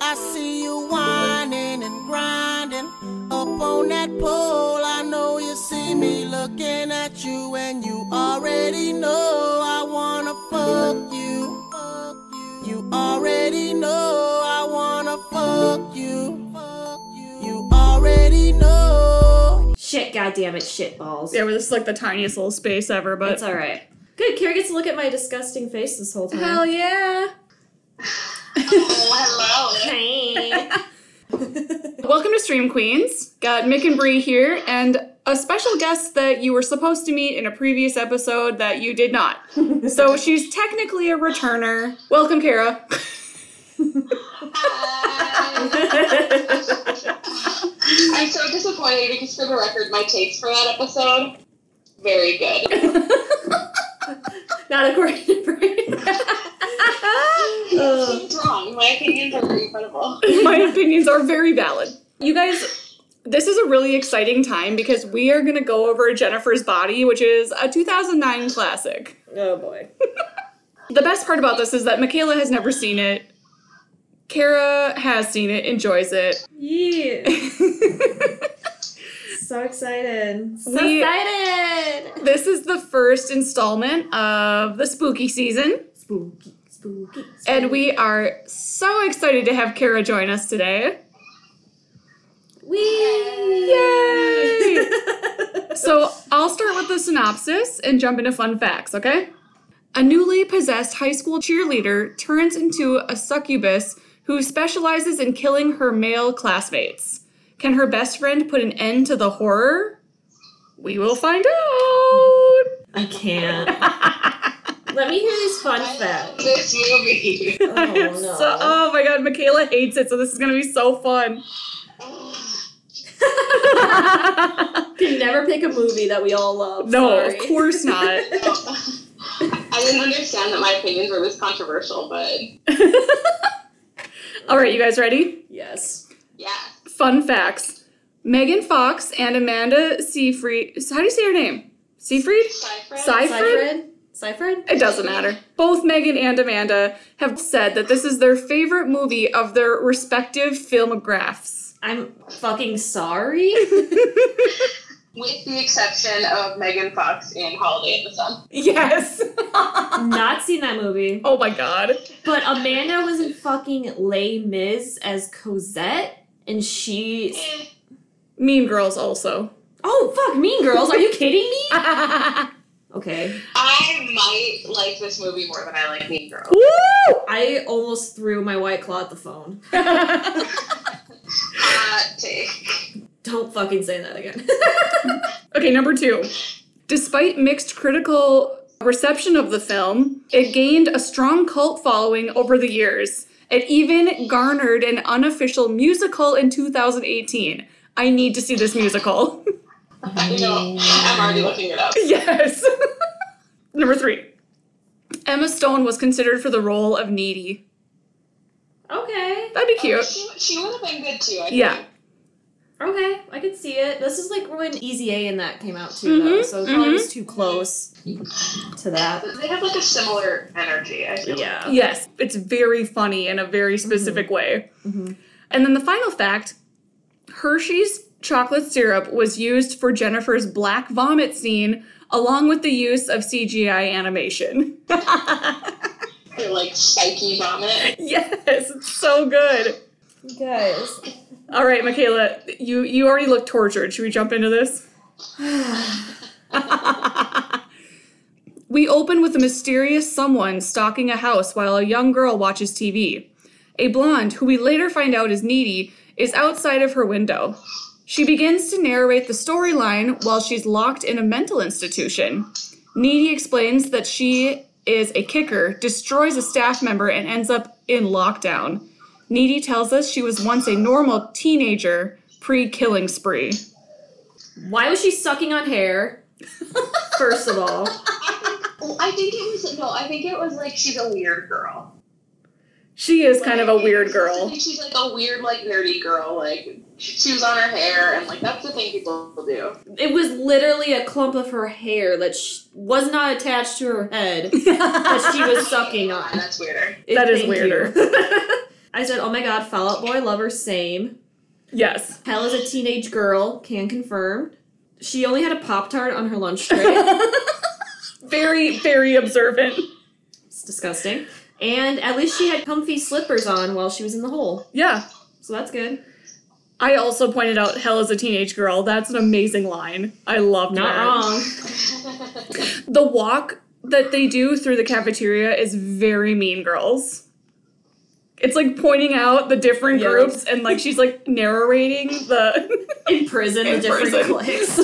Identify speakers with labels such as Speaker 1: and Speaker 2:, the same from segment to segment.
Speaker 1: I see you whining and grinding up on that pole. I know you see me looking at you, and you already know I wanna fuck you. Fuck you. You already know I wanna fuck you. Fuck you. You already know.
Speaker 2: Shit, goddamn it, shit balls.
Speaker 3: Yeah, well, this is like the tiniest little space ever, but
Speaker 2: It's alright. Good, Kira gets to look at my disgusting face this whole time.
Speaker 3: hell yeah!
Speaker 4: Oh, hello.
Speaker 2: Hey.
Speaker 3: Welcome to Stream Queens. Got Mick and Bree here, and a special guest that you were supposed to meet in a previous episode that you did not. so she's technically a returner. Welcome, Kara.
Speaker 4: Hi. I'm so disappointed because, for the record, my takes for that episode very good.
Speaker 2: Not according to Bree. Ugh.
Speaker 4: Nothing's wrong. My opinions are very credible.
Speaker 3: My opinions are very valid. You guys, this is a really exciting time because we are going to go over Jennifer's Body, which is a 2009 classic.
Speaker 2: oh boy.
Speaker 3: The best part about this is that Michaela has never seen it. Kara has seen it, enjoys it.
Speaker 2: Yeah. So excited. So
Speaker 3: We-
Speaker 2: excited.
Speaker 3: This is the first installment of the spooky season,
Speaker 2: Spooky, spooky.
Speaker 3: and we are so excited to have Kara join us today. Yay! so I'll start with the synopsis and jump into fun facts, okay? A newly possessed high school cheerleader turns into a succubus who specializes in killing her male classmates. Can her best friend put an end to the horror? We will find out.
Speaker 2: I can't. Let me hear these fun facts.
Speaker 4: This movie.
Speaker 2: Oh no.
Speaker 3: So, oh my god, Michaela hates it, so this is gonna be so fun.
Speaker 2: Can never pick a movie that we all love.
Speaker 3: no,
Speaker 2: Sorry.
Speaker 3: of course not.
Speaker 4: I didn't understand that my opinions were this controversial, but
Speaker 3: All right, you guys ready?
Speaker 2: yes.
Speaker 4: yeah.
Speaker 3: Fun facts. Megan Fox and Amanda Seyfried. How do you say her name? Seyfried?
Speaker 4: Cypher?
Speaker 3: Cy- Seyfried?
Speaker 2: Seyfried?
Speaker 3: It doesn't matter. Both Megan and Amanda have said that this is their favorite movie of their respective filmographs.
Speaker 2: I'm fucking sorry.
Speaker 4: With the exception of Megan Fox in Holiday at the Sun.
Speaker 3: Yes.
Speaker 2: Not seen that movie.
Speaker 3: Oh my god.
Speaker 2: But Amanda was in fucking Les Mis as Cosette, and she.
Speaker 4: Eh,
Speaker 3: Mean Girls also.
Speaker 2: Oh fuck, Mean Girls! Are you kidding me? Okay.
Speaker 4: I might like this movie more than I like Mean Girls.
Speaker 3: Woo!
Speaker 2: I almost threw my white claw at the phone.
Speaker 4: Hot take.
Speaker 2: Don't fucking say that again.
Speaker 3: Okay, number two. Despite mixed critical reception of the film, it gained a strong cult following over the years. It even garnered an unofficial musical in 2018. I need to see this musical.
Speaker 4: You know, I'm already looking it up.
Speaker 3: yes. number three. Emma Stone was considered for the role of Needy.
Speaker 2: okay.
Speaker 3: That'd be cute.
Speaker 4: She, she would have been good too. I
Speaker 3: Yeah.
Speaker 2: Okay, I could see it. This is like when Easy A and that came out too, though,
Speaker 3: Mhm,
Speaker 2: so it probably
Speaker 3: mhm.
Speaker 2: was too close to that.
Speaker 4: Think. They have like a similar energy. I feel.
Speaker 2: Yeah.
Speaker 3: Yes, it's very funny in a very specific way.
Speaker 2: Mhm.
Speaker 3: And then the final fact Hershey's chocolate syrup was used for Jennifer's black vomit scene, along with the use of CGI animation.
Speaker 4: They're like psyche vomit.
Speaker 3: yes, it's so good.
Speaker 2: You guys.
Speaker 3: All right, Michaela, you, you already look tortured. Should we jump into this? we open with a mysterious someone stalking a house while a young girl watches TV. A blonde, who we later find out is needy, is outside of her window. She begins to narrate the storyline while she's locked in a mental institution. Needy explains that she is a kicker, destroys a staff member, and ends up in lockdown. Needy tells us she was once a normal teenager pre killing spree.
Speaker 2: Why was she sucking on hair? First of all.
Speaker 4: Well, Oh, I think it was no. I think it was like she's a weird girl.
Speaker 3: She is kind of a weird
Speaker 4: I
Speaker 3: girl.
Speaker 4: think she's like a weird, like nerdy girl. Like she was on her hair, and like that's the thing people do.
Speaker 2: It was literally a clump of her hair that sh- was not attached to her head that she was sucking on.
Speaker 4: That's weirder.
Speaker 2: It-
Speaker 3: That is
Speaker 2: thank
Speaker 3: weirder.
Speaker 2: you. I said, oh my god, Fallout Boy lover, same.
Speaker 3: Yes.
Speaker 2: Hell is a teenage girl, can confirm. She only had a Pop Tart on her lunch tray.
Speaker 3: very, very observant.
Speaker 2: it's disgusting. And at least she had comfy slippers on while she was in the hole.
Speaker 3: Yeah.
Speaker 2: So that's good.
Speaker 3: I also pointed out Hell is a teenage girl. That's an amazing line. I love
Speaker 2: Not
Speaker 3: that.
Speaker 2: wrong.
Speaker 3: The walk that they do through the cafeteria is very mean girls. It's like pointing out the different
Speaker 2: Yeah.
Speaker 3: groups and like she's like narrating the
Speaker 2: In prison,
Speaker 3: In
Speaker 2: the different
Speaker 3: prison.
Speaker 2: cliques.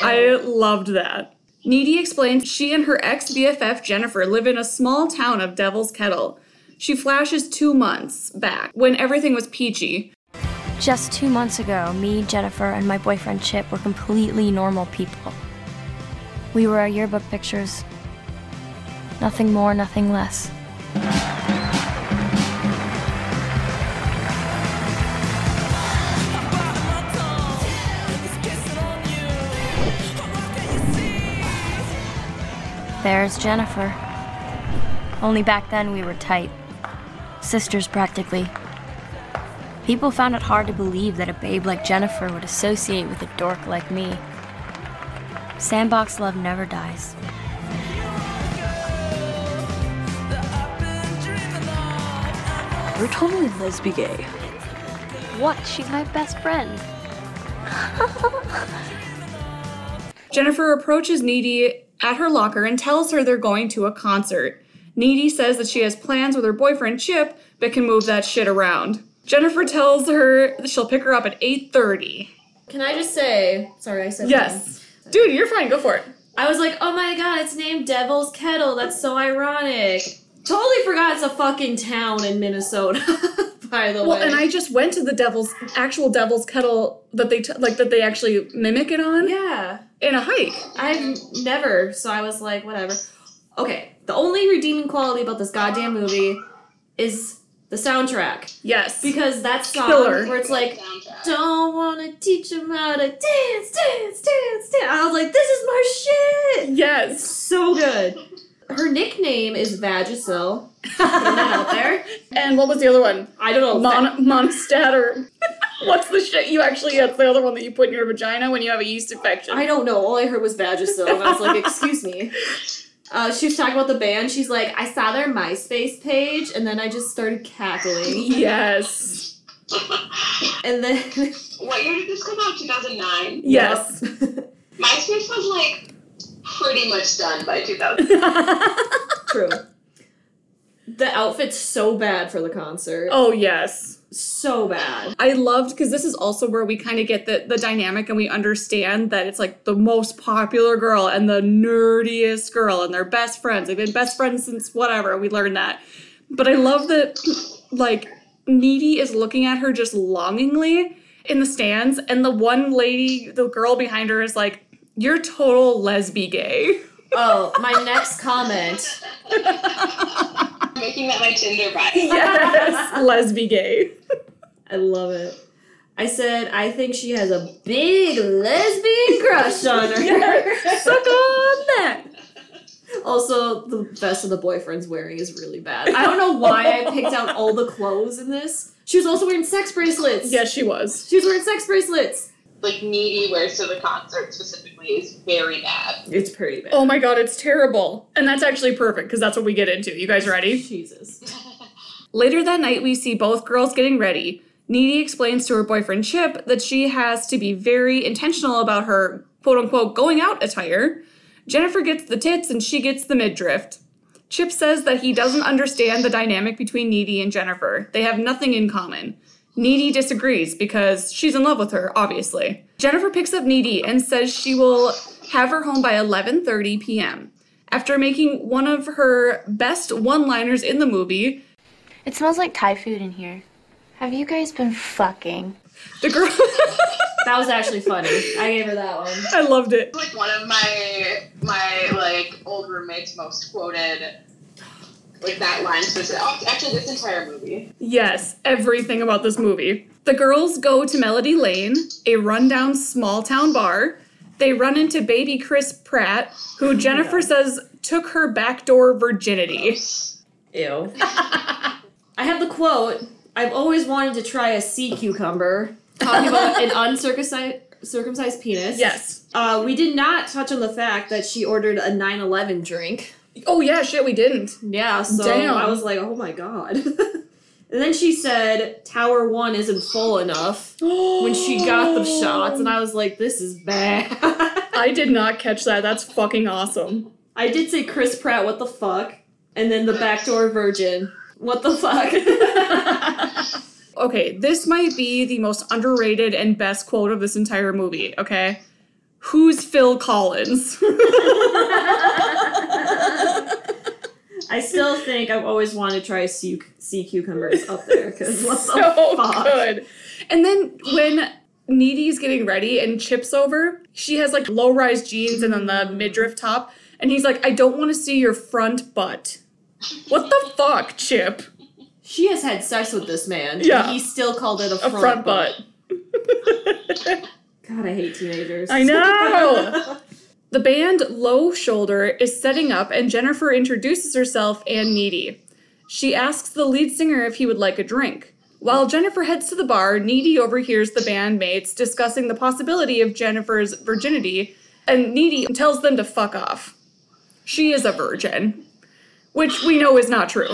Speaker 3: I loved that. Needy explains she and her ex BFF Jennifer live in a small town of Devil's Kettle. She flashes two months back when everything was peachy.
Speaker 5: Just two months ago, me, Jennifer, and my boyfriend Chip were completely normal people. We were our yearbook pictures. Nothing more, nothing less. There's Jennifer. Only back then we were tight. Sisters, practically. People found it hard to believe that a babe like Jennifer would associate with a dork like me. Sandbox love never dies.
Speaker 6: We're totally lesbi gay.
Speaker 5: What? She's my best friend.
Speaker 3: Jennifer approaches Needy at her locker and tells her they're going to a concert. Needy says that she has plans with her boyfriend Chip but can move that shit around. Jennifer tells her that she'll pick her up at 8:30.
Speaker 2: Can I just say, sorry, I said something.
Speaker 3: Yes. Dude, you're fine. Go for it.
Speaker 2: I was like, oh my god, it's named Devil's Kettle. That's so ironic. Totally forgot it's a fucking town in Minnesota, by the
Speaker 3: Well,
Speaker 2: way.
Speaker 3: and I just went to the devil's actual devil's kettle that they t- like that they actually mimic it on
Speaker 2: yeah,
Speaker 3: in a hike.
Speaker 2: I've never, so I was like, whatever. Okay, the only redeeming quality about this goddamn movie is the soundtrack.
Speaker 3: Yes.
Speaker 2: Because that song
Speaker 3: Killer.
Speaker 2: where it's like,
Speaker 4: Soundtrack.
Speaker 2: don't wanna teach them how to dance, dance, dance, dance. I was like, this is my shit!
Speaker 3: yes.
Speaker 2: So good. Her nickname is Vagisil. Putting that out there.
Speaker 3: And what was the other one?
Speaker 2: I don't know.
Speaker 3: Mon- monostat or what's the shit you actually that's the other one that you put in your vagina when you have a yeast infection.
Speaker 2: I don't know. All I heard was Vagisil, and I was like, excuse me. Uh, she was talking about the band. She's like, I saw their MySpace page, and then I just started cackling.
Speaker 3: yes.
Speaker 2: And then,
Speaker 4: What year did this come out? 2009?
Speaker 3: Yes.
Speaker 4: MySpace was like pretty much done by 2000.
Speaker 2: true. The outfit's so bad for the concert.
Speaker 3: oh yes.
Speaker 2: So bad.
Speaker 3: I loved because this is also where we kind of get the, the dynamic and we understand that it's like the most popular girl and the nerdiest girl and they're best friends. They've been best friends since whatever. We learned that. But I love that like Needy is looking at her just longingly in the stands, and the one lady, the girl behind her, is like, You're total lesbi gay.
Speaker 2: Oh, my next comment.
Speaker 4: Making that my Tinder bio.
Speaker 3: Yes, lesbi gay.
Speaker 2: I love it. I said, I think she has a big lesbian crush on her.
Speaker 3: Suck on that.
Speaker 2: Also, the vest of the boyfriend's wearing is really bad. I don't know why I picked out all the clothes in this. She was also wearing sex bracelets.
Speaker 3: Yes, she was.
Speaker 2: She was wearing sex bracelets.
Speaker 4: Like, needy wears to the concert specifically is very bad.
Speaker 2: It's pretty bad.
Speaker 3: Oh my god, it's terrible. And that's actually perfect because that's what we get into. You guys ready?
Speaker 2: Jesus.
Speaker 3: Later that night, we see both girls getting ready. Needy explains to her boyfriend Chip that she has to be very intentional about her quote unquote going out attire. Jennifer gets the tits and she gets the midriff. Chip says that he doesn't understand the dynamic between Needy and Jennifer. They have nothing in common. Needy disagrees because she's in love with her, obviously. Jennifer picks up Needy and says she will have her home by 11:30 p.m. After making one of her best one-liners in the movie,
Speaker 5: It smells like Thai food in here. Have you guys been fucking?
Speaker 3: The girl.
Speaker 2: That was actually funny. I gave her that one.
Speaker 3: I loved it.
Speaker 4: Like, one of my, my, like, old roommates most quoted, like, that line specific. Oh, actually, this entire movie.
Speaker 3: Yes, everything about this movie. The girls go to Melody Lane, a rundown small town bar. They run into baby Chris Pratt, who Jennifer says took her backdoor virginity.
Speaker 2: Ew. I have the quote. I've always wanted to try a sea cucumber. Talking about an uncircumcised circumcised penis.
Speaker 3: Yes.
Speaker 2: Uh, we did not touch on the fact that she ordered a 9-11 drink.
Speaker 3: Oh yeah, shit, we didn't.
Speaker 2: Yeah, so
Speaker 3: Damn.
Speaker 2: I was like, oh my god. and then she said Tower 1 isn't full enough when she got the shots, and I was like, this is bad.
Speaker 3: I did not catch that. That's fucking awesome.
Speaker 2: I did say Chris Pratt, what the fuck? And then the backdoor virgin. What the fuck?
Speaker 3: Okay, this might be the most underrated and best quote of this entire movie, okay? Who's Phil Collins?
Speaker 2: I still think I've always wanted to try sea, sea cucumbers up there because what the
Speaker 3: so
Speaker 2: fuck?
Speaker 3: good. Oh, And then when Needy's getting ready and Chip's over, she has like low rise jeans and then the midriff top. And he's like, I don't want to see your front butt. What the fuck, Chip?
Speaker 2: She has had sex with this man.
Speaker 3: Yeah.
Speaker 2: And he still called it a
Speaker 3: A
Speaker 2: front,
Speaker 3: front butt.
Speaker 2: God, I hate teenagers.
Speaker 3: I know. the band Low Shoulder is setting up, and Jennifer introduces herself and Needy. She asks the lead singer if he would like a drink. While Jennifer heads to the bar, Needy overhears the bandmates discussing the possibility of Jennifer's virginity, and Needy tells them to fuck off. She is a virgin, which we know is not true.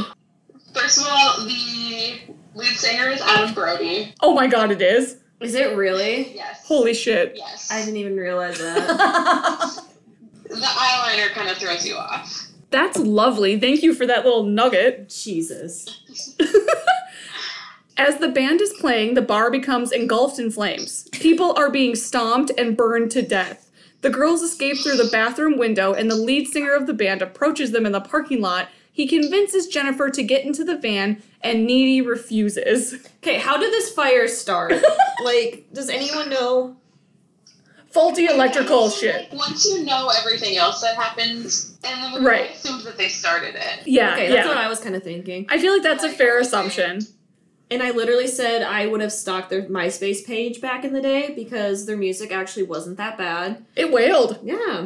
Speaker 4: First of all, the lead singer is Adam Brody.
Speaker 3: Oh my god, it is.
Speaker 2: Is it really?
Speaker 4: Yes.
Speaker 3: Holy shit.
Speaker 4: Yes.
Speaker 2: I didn't even realize that.
Speaker 4: the eyeliner kind of throws you off.
Speaker 3: That's lovely. Thank you for that little nugget.
Speaker 2: Jesus.
Speaker 3: As the band is playing, the bar becomes engulfed in flames. People are being stomped and burned to death. The girls escape through the bathroom window, and the lead singer of the band approaches them in the parking lot. He convinces Jennifer to get into the van, and Needy refuses.
Speaker 2: Okay, how did this fire start? like, does anyone know?
Speaker 3: Faulty electrical shit.
Speaker 4: Once you know everything else that happens, and then we
Speaker 3: Right.
Speaker 4: assumes that they started it.
Speaker 3: Yeah,
Speaker 2: Okay,
Speaker 3: yeah.
Speaker 2: that's what I was kind of thinking.
Speaker 3: I feel like that's a fair assumption.
Speaker 2: And I literally said I would have stalked their MySpace page back in the day because their music actually wasn't that bad.
Speaker 3: It wailed.
Speaker 2: Yeah.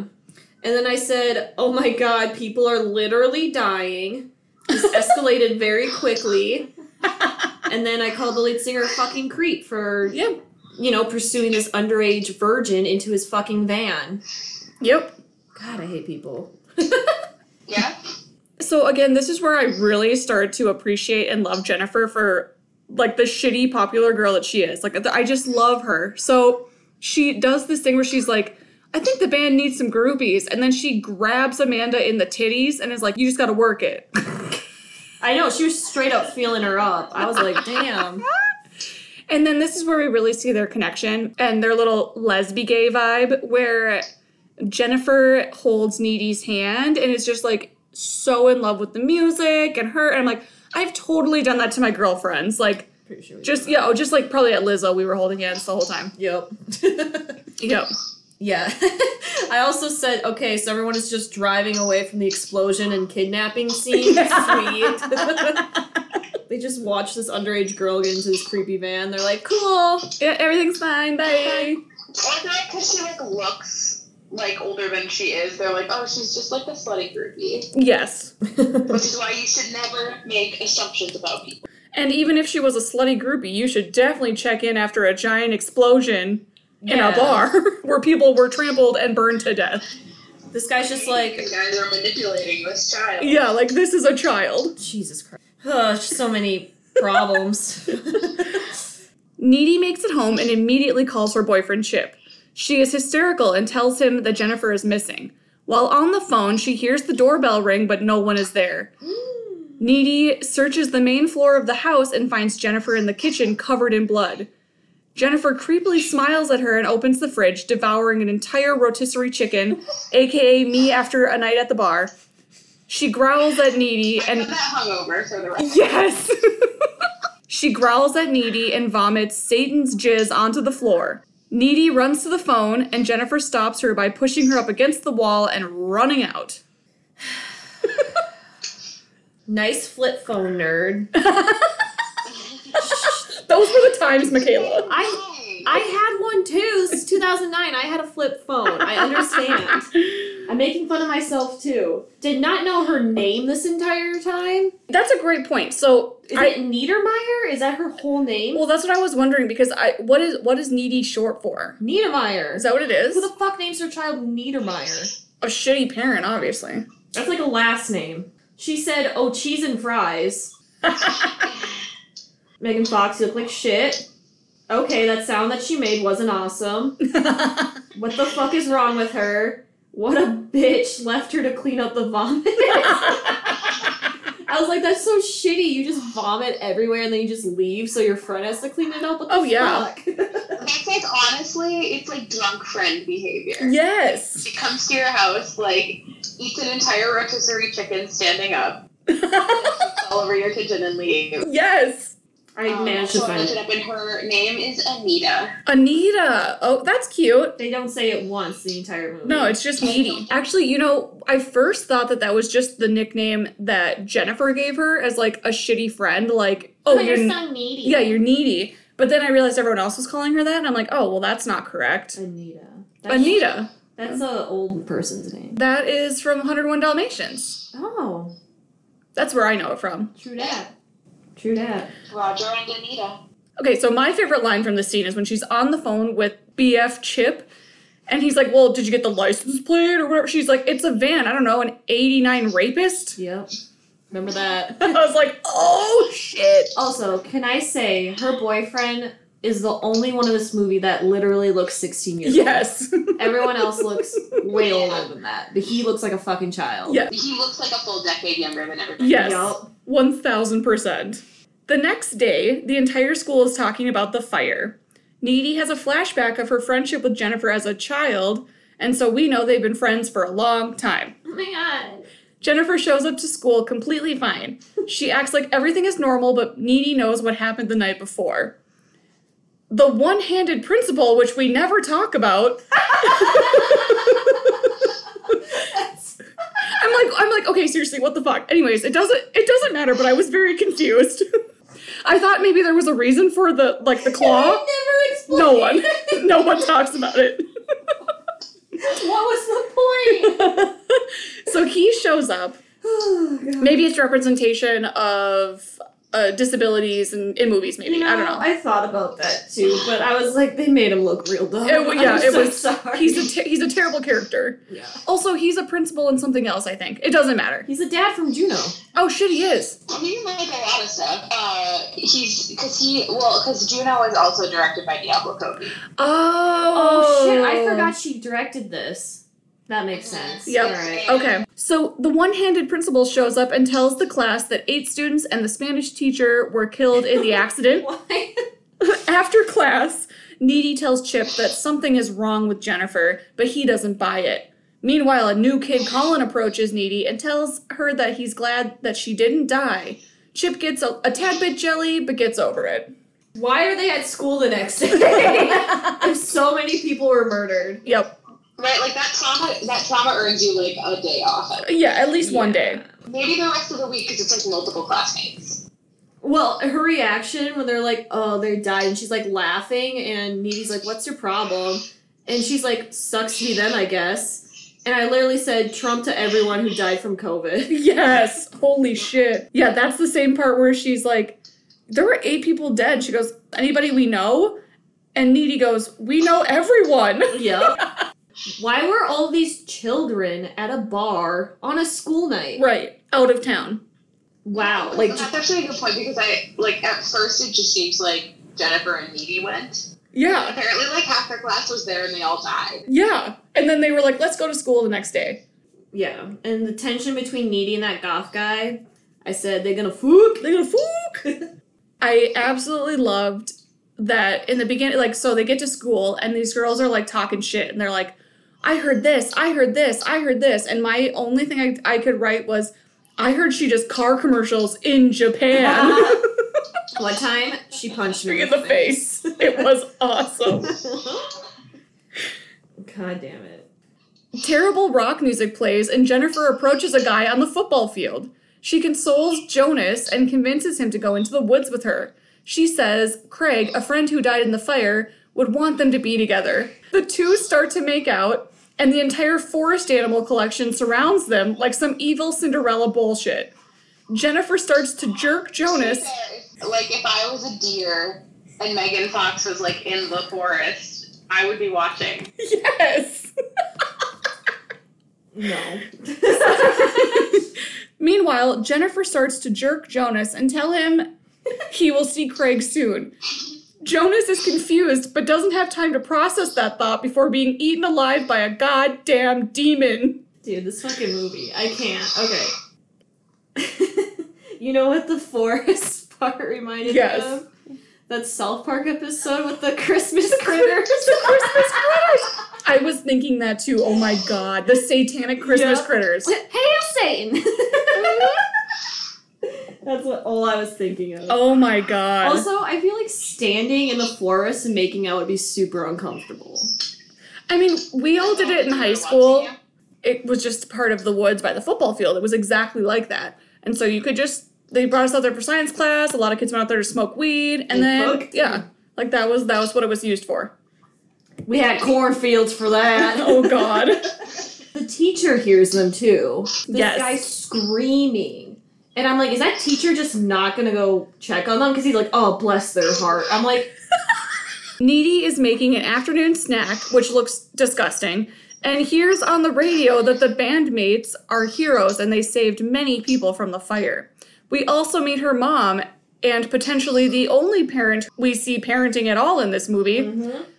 Speaker 2: And then I said, oh my god, people are literally dying. This escalated very quickly. And then I called the lead singer a fucking creep for,
Speaker 3: Yeah.
Speaker 2: you know, pursuing this underage virgin into his fucking van.
Speaker 3: Yep.
Speaker 2: God, I hate people.
Speaker 4: Yeah.
Speaker 3: So again, this is where I really started to appreciate and love Jennifer for like the shitty popular girl that she is. Like I just love her. So she does this thing where she's like, I think the band needs some groupies, and then she grabs Amanda in the titties and is like, You just gotta work it.
Speaker 2: I know, she was straight up feeling her up. I was like, damn.
Speaker 3: And then this is where we really see their connection and their little lesbi gay vibe, where Jennifer holds Needy's hand and is just like so in love with the music and her. And I'm like, I've totally done that to my girlfriends. Like,
Speaker 2: Pretty sure we
Speaker 3: Just yeah, oh, just like probably at Lizzo, we were holding hands the whole time.
Speaker 2: Yep.
Speaker 3: Yep.
Speaker 2: Yeah. I also said, okay, so everyone is just driving away from the explosion and kidnapping scene. Sweet. they just watch this underage girl get into this creepy van. They're like, cool.
Speaker 3: Yeah, everything's fine. Bye.
Speaker 4: Also, because she like looks like older than she is, they're like, oh, she's just like a slutty groupie,
Speaker 3: Yes.
Speaker 4: which is why you should never make assumptions about people.
Speaker 3: And even if she was a slutty groupie, you should definitely check in after a giant explosion in
Speaker 2: Yeah.
Speaker 3: a bar where people were trampled and burned to death.
Speaker 2: This guy's just
Speaker 4: You
Speaker 2: like,
Speaker 4: guys are manipulating this child.
Speaker 3: Yeah, like this is a child.
Speaker 2: Jesus Christ. Ugh, so many problems.
Speaker 3: Needy makes it home and immediately calls her boyfriend Chip. She is hysterical and tells him that Jennifer is missing. While on the phone, she hears the doorbell ring, but no one is there. Needy searches the main floor of the house and finds Jennifer in the kitchen covered in blood. Jennifer creepily smiles at her and opens the fridge, devouring an entire rotisserie chicken, aka me after a night at the bar. She growls at Needy
Speaker 4: I'm
Speaker 3: and
Speaker 4: that hungover for the rest.
Speaker 3: Yes! she growls at Needy and vomits Satan's jizz onto the floor. Needy runs to the phone, and Jennifer stops her by pushing her up against the wall and running out.
Speaker 2: nice flip phone nerd.
Speaker 3: Those were the times, Michaela.
Speaker 2: I I had one too. This is 2009. I had a flip phone. I understand. I I'm making fun of myself too. Did not know her name this entire time.
Speaker 3: That's a great point. So,
Speaker 2: Is
Speaker 3: I,
Speaker 2: it Niedermeyer? Is that her whole name?
Speaker 3: well, that's what I was wondering because I what is what is needy short for?
Speaker 2: Niedermeyer.
Speaker 3: Is that what it is?
Speaker 2: Who the fuck names her child Niedermeyer?
Speaker 3: A shitty parent, obviously.
Speaker 2: That's like a last name. She said, "Oh, cheese and fries." Megan Fox, you look like shit. Okay, that sound that she made wasn't awesome. What the fuck is wrong with her? What a bitch left her to clean up the vomit. I was like, that's so shitty. You just vomit everywhere and then you just leave, so your friend has to clean it up. What the
Speaker 3: Oh, yeah.
Speaker 2: fuck?
Speaker 4: That's like honestly, it's like drunk friend behavior.
Speaker 3: yes.
Speaker 4: She comes to your house, like eats an entire rotisserie chicken standing up, puts all over your kitchen, and leaves.
Speaker 3: yes.
Speaker 2: I
Speaker 3: Oh,
Speaker 4: Um,
Speaker 2: managed to
Speaker 4: so I
Speaker 2: find
Speaker 4: looked it
Speaker 2: it.
Speaker 4: up, and her name is Anita.
Speaker 3: Anita. Oh, that's cute.
Speaker 2: They don't say it once the entire movie.
Speaker 3: No, it's just needy. Actually, you know, I first thought that that was just the nickname that Jennifer gave her as like a shitty friend. Like, oh, you're, n-
Speaker 2: needy.
Speaker 3: yeah, you're needy. But then I realized everyone else was calling her that, and I'm like, oh, well, that's not correct.
Speaker 2: Anita. That's,
Speaker 3: Anita.
Speaker 2: That's a old person's name.
Speaker 3: That is from 101 Dalmatians.
Speaker 2: Oh,
Speaker 3: That's where I know it from.
Speaker 2: true that. True that.
Speaker 4: Roger and Anita.
Speaker 3: Okay, so my favorite line from this scene is when she's on the phone with BF Chip, and he's like, Well, did you get the license plate or whatever? She's like, It's a van, I don't know, an 89 rapist?
Speaker 2: Yep. Remember that.
Speaker 3: I was like, Oh shit.
Speaker 2: Also, can I say her boyfriend is the only one in this movie that literally looks 16 years
Speaker 3: Yes.
Speaker 2: old. Everyone else looks way older than that. But he looks like a fucking child.
Speaker 3: Yeah.
Speaker 4: He looks like a full decade younger than everybody.
Speaker 3: Yes.
Speaker 2: Yup.
Speaker 3: 1000%. The next day, the entire school is talking about the fire. Needy has a flashback of her friendship with Jennifer as a child, and so we know they've been friends for a long time.
Speaker 2: Oh my god.
Speaker 3: Jennifer shows up to school completely fine. She acts like everything is normal, but Needy knows what happened the night before. The one handed principal, which we never talk about. I'm like, I'm like, okay, seriously, what the fuck? Anyways, it doesn't it doesn't matter, but I was very confused. I thought maybe there was a reason for the like the claw.
Speaker 2: never explained.
Speaker 3: No one. No one talks about it.
Speaker 2: What was the point?
Speaker 3: so he shows up
Speaker 2: Oh, God.
Speaker 3: Maybe it's representation of uh, disabilities in, in movies. Maybe
Speaker 2: You know,
Speaker 3: I don't know.
Speaker 2: I thought about that too, but I was like, they made him look real dumb.
Speaker 3: It w- yeah,
Speaker 2: I'm
Speaker 3: it
Speaker 2: so
Speaker 3: was.
Speaker 2: Sorry.
Speaker 3: He's a ter- he's a terrible character.
Speaker 2: yeah.
Speaker 3: Also, he's a principal in something else. I think it doesn't matter.
Speaker 2: He's a dad from Juno.
Speaker 3: Oh shit, he is.
Speaker 4: He's like a lot of stuff. Uh, he's because he well because Juno was also directed by Diablo Cody.
Speaker 3: Oh,
Speaker 2: Oh shit! I forgot she directed this. That makes sense.
Speaker 3: Yep.
Speaker 2: All right.
Speaker 3: Okay. So the one-handed principal shows up and tells the class that eight students and the Spanish teacher were killed in the accident.
Speaker 2: Why?
Speaker 3: After class, Needy tells Chip that something is wrong with Jennifer, but he doesn't buy it. Meanwhile, a new kid, Colin, approaches Needy and tells her that he's glad that she didn't die. Chip gets a, a tad bit jelly, but gets over it.
Speaker 2: Why are they at school the next day? and so many people were murdered.
Speaker 3: Yep.
Speaker 4: Right, like that trauma. That trauma earns you like a day off.
Speaker 3: Yeah, at least one day.
Speaker 4: Maybe the rest of the week because it's like multiple classmates.
Speaker 2: Well, her reaction when they're like, "Oh, they died," and she's like laughing, and Needy's like, "What's your problem?" And she's like, "Sucks to be them, I guess." And I literally said Trump to everyone who died from COVID.
Speaker 3: Yes. Holy shit. Yeah, that's the same part where she's like, there were eight people dead. She goes, anybody we know? And Needy goes, we know everyone.
Speaker 2: Yep. Why were all these children at a bar on a school night?
Speaker 3: right. Out of town.
Speaker 2: Wow. Like,
Speaker 4: that's actually a good point because I like at first it just seems like Jennifer and Needy went.
Speaker 3: Yeah.
Speaker 4: Apparently, like half their class was there and they all died.
Speaker 3: Yeah. And then they were like, let's go to school the next day.
Speaker 2: yeah. And the tension between Needy and that goth guy, I said, they're gonna fuck.
Speaker 3: They're gonna fuck. I absolutely loved that in the beginning, like, so they get to school and these girls are like talking shit and they're like, I heard this, I heard this, I heard this. And my only thing I, I could write was, I heard she does car commercials in Japan
Speaker 2: One time, she punched me
Speaker 3: in the face. It was awesome.
Speaker 2: God damn it.
Speaker 3: Terrible rock music plays, and Jennifer approaches a guy on the football field. She consoles Jonas and convinces him to go into the woods with her. She says Craig, a friend who died in the fire, would want them to be together. The two start to make out, and the entire forest animal collection surrounds them like some evil Cinderella bullshit. Jennifer starts to jerk Jonas.
Speaker 4: Like if I was a deer and Megan Fox was like in the forest, I would be watching.
Speaker 3: Yes!
Speaker 2: No.
Speaker 3: Meanwhile, Jennifer starts to jerk Jonas and tell him he will see Craig soon. Jonas is confused but doesn't have time to process that thought before being eaten alive by a goddamn demon.
Speaker 2: Dude, this fucking movie. I can't. Okay. you know what the forest part reminded
Speaker 3: Yes.
Speaker 2: me of? That South Park episode with the Christmas critters.
Speaker 3: Christmas critters! I was thinking that too. Oh my god, the satanic Christmas
Speaker 2: Yeah.
Speaker 3: critters.
Speaker 2: Hail Satan! That's what all I was thinking of.
Speaker 3: Oh my god.
Speaker 2: Also, I feel like standing in the forest and making out would be super uncomfortable.
Speaker 3: I mean, we all did it in high school. It was just part of the woods by the football field. It was exactly like that. And so you could just they brought us out there for science class. A lot of kids went out there to smoke weed and,
Speaker 2: And
Speaker 3: then
Speaker 2: fuck.
Speaker 3: yeah. Like that was that was what it was used for.
Speaker 2: We had cornfields for that.
Speaker 3: Oh god.
Speaker 2: The teacher hears them too. This
Speaker 3: Yes.
Speaker 2: guy's screaming. And I'm like, is that teacher just not gonna go check on them? Because he's like, oh, bless their heart. I'm like,
Speaker 3: Needy is making an afternoon snack, which looks disgusting, and hears on the radio that the bandmates are heroes and they saved many people from the fire. We also meet her mom and potentially the only parent we see parenting at all in this movie.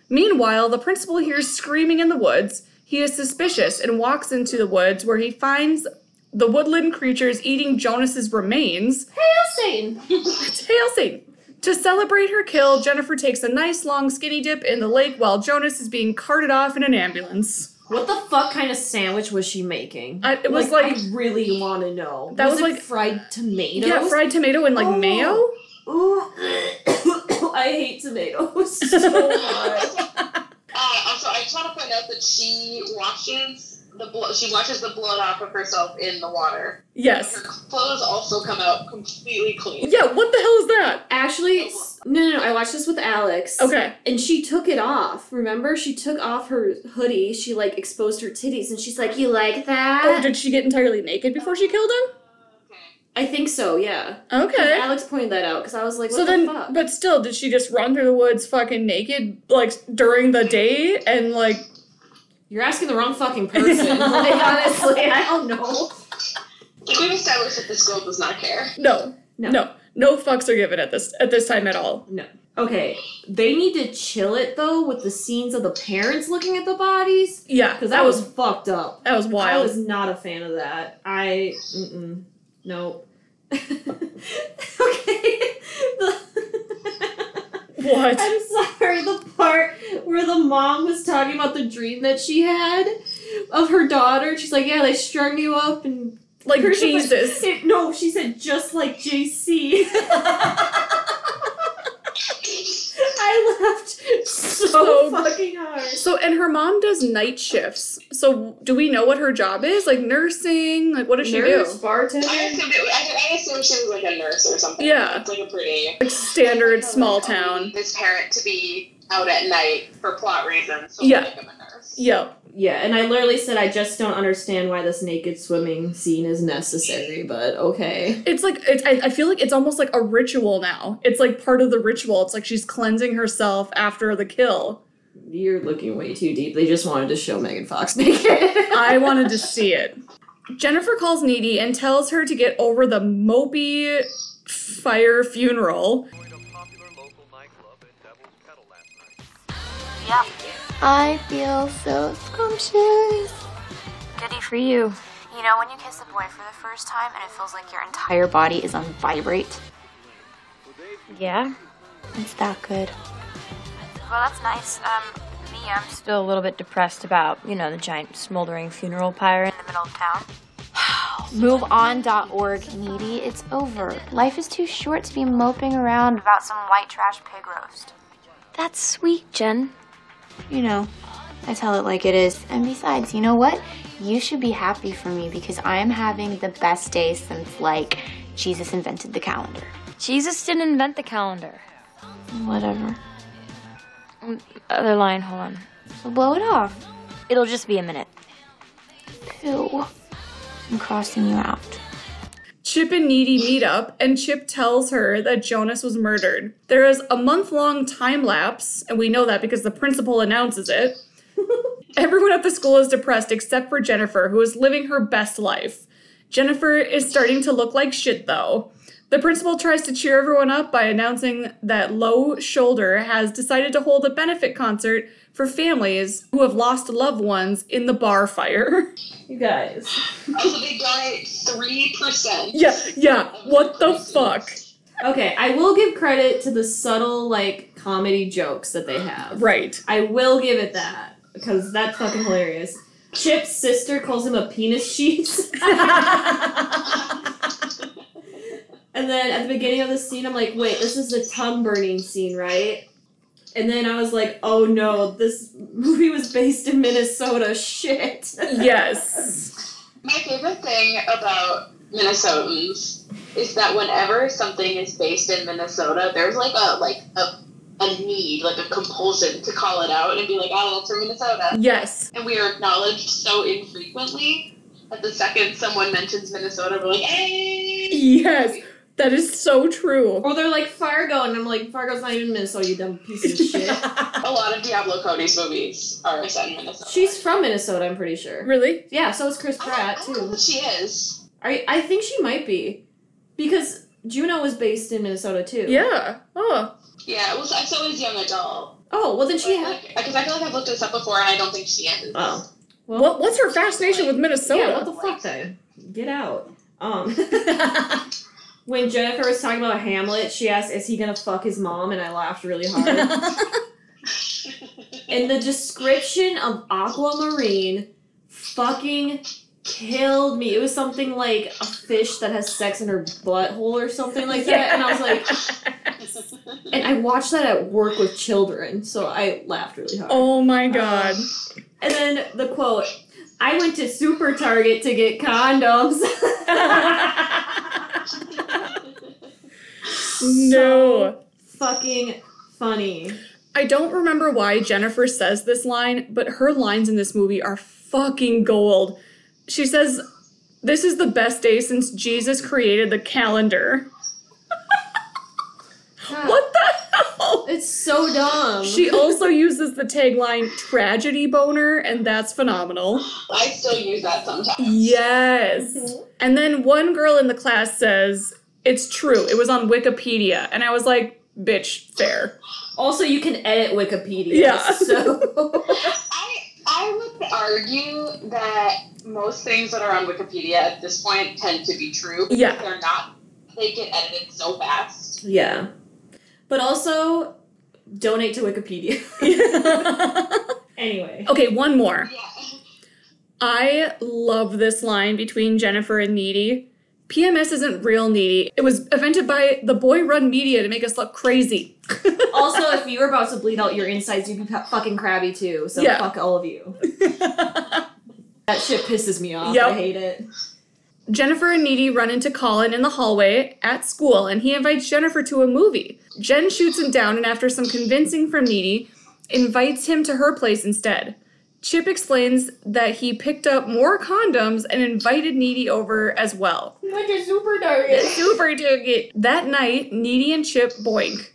Speaker 3: Meanwhile, the principal hears screaming in the woods. He is suspicious and walks into the woods where he finds the woodland creatures eating Jonas's remains.
Speaker 2: hail Satan!
Speaker 3: Hail Satan! To celebrate her kill, Jennifer takes a nice long skinny dip in the lake while Jonas is being carted off in an ambulance.
Speaker 2: What the fuck kind of sandwich was she making?
Speaker 3: I- it was like-
Speaker 2: I really want to know.
Speaker 3: That was
Speaker 2: it
Speaker 3: like-
Speaker 2: fried tomatoes.
Speaker 3: Yeah, fried tomato and like
Speaker 2: Oh.
Speaker 3: mayo.
Speaker 2: Ooh, I hate tomatoes so much.
Speaker 4: Uh, also, I just want to point out that she washes the blood. She washes the blood off of herself in the water. Her
Speaker 3: Yes.
Speaker 4: clothes also come out completely clean.
Speaker 3: Yeah. What the hell is that?
Speaker 2: Actually, s- no, no, no. I watched this with Alex.
Speaker 3: Okay.
Speaker 2: And she took it off. Remember, she took off her hoodie. She like exposed her titties, and she's like, "You like
Speaker 3: Oh,
Speaker 2: that?"
Speaker 3: did she get entirely naked before she killed him?
Speaker 4: Okay.
Speaker 2: I think so. Yeah.
Speaker 3: Okay.
Speaker 2: Alex pointed that out because I was like, "What
Speaker 3: So
Speaker 2: the
Speaker 3: then,
Speaker 2: fuck?"
Speaker 3: but still, did she just run through the woods fucking naked, like during the day, and like?
Speaker 2: You're asking the wrong fucking person. like, honestly, I don't know.
Speaker 4: Like, we've established that this girl does not care.
Speaker 3: No,
Speaker 2: No.
Speaker 3: no, no fucks are given at this at this time at all.
Speaker 2: No. Okay, they need to chill it though with the scenes of the parents looking at the bodies
Speaker 3: Yeah,
Speaker 2: because that was fucked up.
Speaker 3: that was
Speaker 2: I
Speaker 3: Oh. wild.
Speaker 2: was not a fan of that. I mm-mm. Nope. okay. The-
Speaker 3: what?
Speaker 2: I'm sorry, the part where the mom was talking about the dream that she had of her daughter. She's like, Yeah, they strung you up and
Speaker 3: like
Speaker 2: crucified-"
Speaker 3: Jesus.
Speaker 2: No, she said just like JC. I laughed so,
Speaker 3: So-
Speaker 2: fucking hard.
Speaker 3: So, and her mom does night shifts. So, do we know what her job is? Like nursing? Like, what does she
Speaker 2: Nurse,
Speaker 3: do?
Speaker 2: bartender.
Speaker 4: I assumed, it, I, I assumed she was like a nurse or something.
Speaker 3: Yeah.
Speaker 4: It's like a pretty
Speaker 3: Like standard small town.
Speaker 4: This parent to be out at night for plot reasons. So
Speaker 3: Yeah.
Speaker 4: Make him a nurse.
Speaker 3: Yep.
Speaker 2: Yeah, and I literally said I just don't understand why this naked swimming scene is necessary, but okay.
Speaker 3: It's like it's. I, I feel like it's almost like a ritual now. It's like part of the ritual. It's like she's cleansing herself after the kill.
Speaker 2: You're looking way too deep. They just wanted to show Megan Fox naked.
Speaker 3: I wanted to see it. Jennifer calls Needy and tells her to get over the mopey fire funeral.
Speaker 7: I feel so scrumptious.
Speaker 5: Goody for you.
Speaker 7: You know, when you kiss a boy for the first time and it feels like your entire body is on vibrate?
Speaker 5: Yeah?
Speaker 7: It's that good.
Speaker 5: Oh,
Speaker 7: Well, that's nice. Um, me, I'm still
Speaker 5: Still a little bit depressed about, you know, the giant smoldering funeral pyre in
Speaker 7: in the middle of town. MoveOn.org, needy. It's over. Life is too short to be moping around about some white trash pig roast.
Speaker 5: That's sweet, Jen.
Speaker 7: You know, I tell it like it is. And besides, you know what? You should be happy for me because I'm having the best day since, like, Jesus invented the calendar.
Speaker 5: Jesus didn't invent the calendar.
Speaker 7: Whatever.
Speaker 5: Other line, hold on.
Speaker 7: So blow it off.
Speaker 5: It'll just be a minute.
Speaker 7: Ew. I'm crossing you out.
Speaker 3: Chip and Needy meet up, and Chip tells her that Jonas was murdered. There is a month long time lapse, and we know that because the principal announces it. Everyone at the school is depressed except for Jennifer, who is living her best life. Jennifer is starting to look like shit, though. The principal tries to cheer everyone up by announcing that Low Shoulder has decided to hold a benefit concert for families who have lost loved ones in the bar fire.
Speaker 2: You guys.
Speaker 4: Also, they donate three percent.
Speaker 3: yeah, yeah, what the fuck?
Speaker 2: Okay, I will give credit to the subtle, like, comedy jokes that they have.
Speaker 3: Right.
Speaker 2: I will give it that, because that's fucking hilarious. Chip's sister calls him a penis sheet. and then at the beginning of the scene, I'm like, wait, this is the tongue burning scene, right? And then I was like, oh no, this movie was based in Minnesota. Shit.
Speaker 3: yes.
Speaker 4: My favorite thing about Minnesotans is that whenever something is based in Minnesota, there's like a like a a need, like a compulsion to call it out and be like, oh, that's from Minnesota.
Speaker 3: Yes.
Speaker 4: And we are acknowledged so infrequently that the second someone mentions Minnesota, we're like, hey!
Speaker 3: Yes. That is so true.
Speaker 2: Or they're like Fargo, and I'm like, Fargo's not even Minnesota, you dumb piece of shit.
Speaker 4: A lot of Diablo Cody's movies are set in Minnesota.
Speaker 2: She's from Minnesota, I'm pretty sure.
Speaker 3: really?
Speaker 2: Yeah, so is Chris
Speaker 4: I don't-
Speaker 2: Pratt
Speaker 4: I don't know
Speaker 2: too.
Speaker 4: that she is.
Speaker 2: I I think she might be, because Juno was based in Minnesota too.
Speaker 3: Yeah. Oh.
Speaker 4: Yeah, well, so so is young adult.
Speaker 2: Oh well, then she had.
Speaker 4: Because I feel like I've looked this up before and I don't think she is.
Speaker 2: Oh. Well,
Speaker 3: What, what's her fascination with
Speaker 2: yeah. What
Speaker 3: Minnesota?
Speaker 2: the fuck, then? Get out. Um. when Jennifer was talking about Hamlet, she asked, "Is he gonna fuck his mom?" And I laughed really hard. and the description of Aquamarine fucking killed me. It was something like a fish that has sex in her butthole or something like that. And I was like, And I watched that at work with children, so I laughed really hard.
Speaker 3: oh my god.
Speaker 2: And then the quote I went to Super Target to get condoms.
Speaker 3: no.
Speaker 2: Fucking funny.
Speaker 3: I don't remember why Jennifer says this line, but her lines in this movie are fucking gold. She says, This is the best day since Jesus created the calendar.
Speaker 2: God,
Speaker 3: What the hell?
Speaker 2: It's so dumb.
Speaker 3: She also uses the tagline tragedy boner, and that's phenomenal.
Speaker 4: I still use that sometimes.
Speaker 3: Yes. And then one girl in the class says, It's true. It was on Wikipedia. And I was like, Bitch, fair.
Speaker 2: also, you can edit Wikipedia.
Speaker 3: Yeah.
Speaker 2: So.
Speaker 4: I I would argue that most things that are on Wikipedia at this point tend to be true. because
Speaker 3: Yeah.
Speaker 4: They're not they get edited so fast.
Speaker 2: yeah. But also, donate to Wikipedia. Oh, anyway.
Speaker 3: okay, one more.
Speaker 4: Yeah.
Speaker 3: I love this line between Jennifer and Needy. PMS isn't real needy. It was invented by the boy run media to make us look crazy.
Speaker 2: Also, if you were about to bleed out your insides, you'd be pu- fucking crabby too. So
Speaker 3: Yeah.
Speaker 2: fuck all of you. That shit pisses me off.
Speaker 3: Yep.
Speaker 2: I hate it.
Speaker 3: Jennifer and Needy run into Colin in the hallway at school, and he invites Jennifer to a movie. Jen shoots him down, and after some convincing from Needy, invites him to her place instead. Chip explains that he picked up more condoms and invited Needy over as well.
Speaker 2: Went to Super Target.
Speaker 3: Super Target. That night, Needy and Chip boink.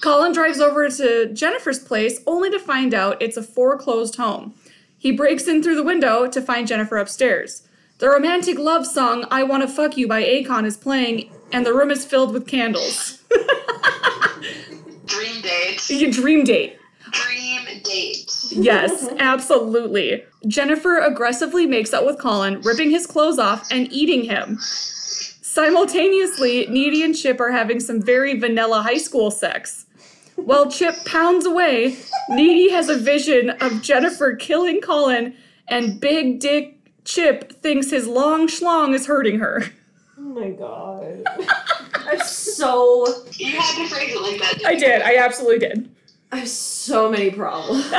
Speaker 3: Colin drives over to Jennifer's place only to find out it's a foreclosed home. He breaks in through the window to find Jennifer upstairs. The romantic love song I Wanna Fuck You by Akon is playing, and the room is filled with candles.
Speaker 4: Dream date.
Speaker 3: Your dream date.
Speaker 4: Dream date.
Speaker 3: Yes, absolutely. Jennifer aggressively makes out with Colin, ripping his clothes off and eating him. Simultaneously, Needy and Chip are having some very vanilla high school sex. While Chip pounds away, Needy has a vision of Jennifer killing Colin, and Big Dick Chip thinks his long schlong is hurting her.
Speaker 2: Oh my god. I'm so
Speaker 4: You had to phrase it like that.
Speaker 3: I did, I absolutely did.
Speaker 2: I have so many problems.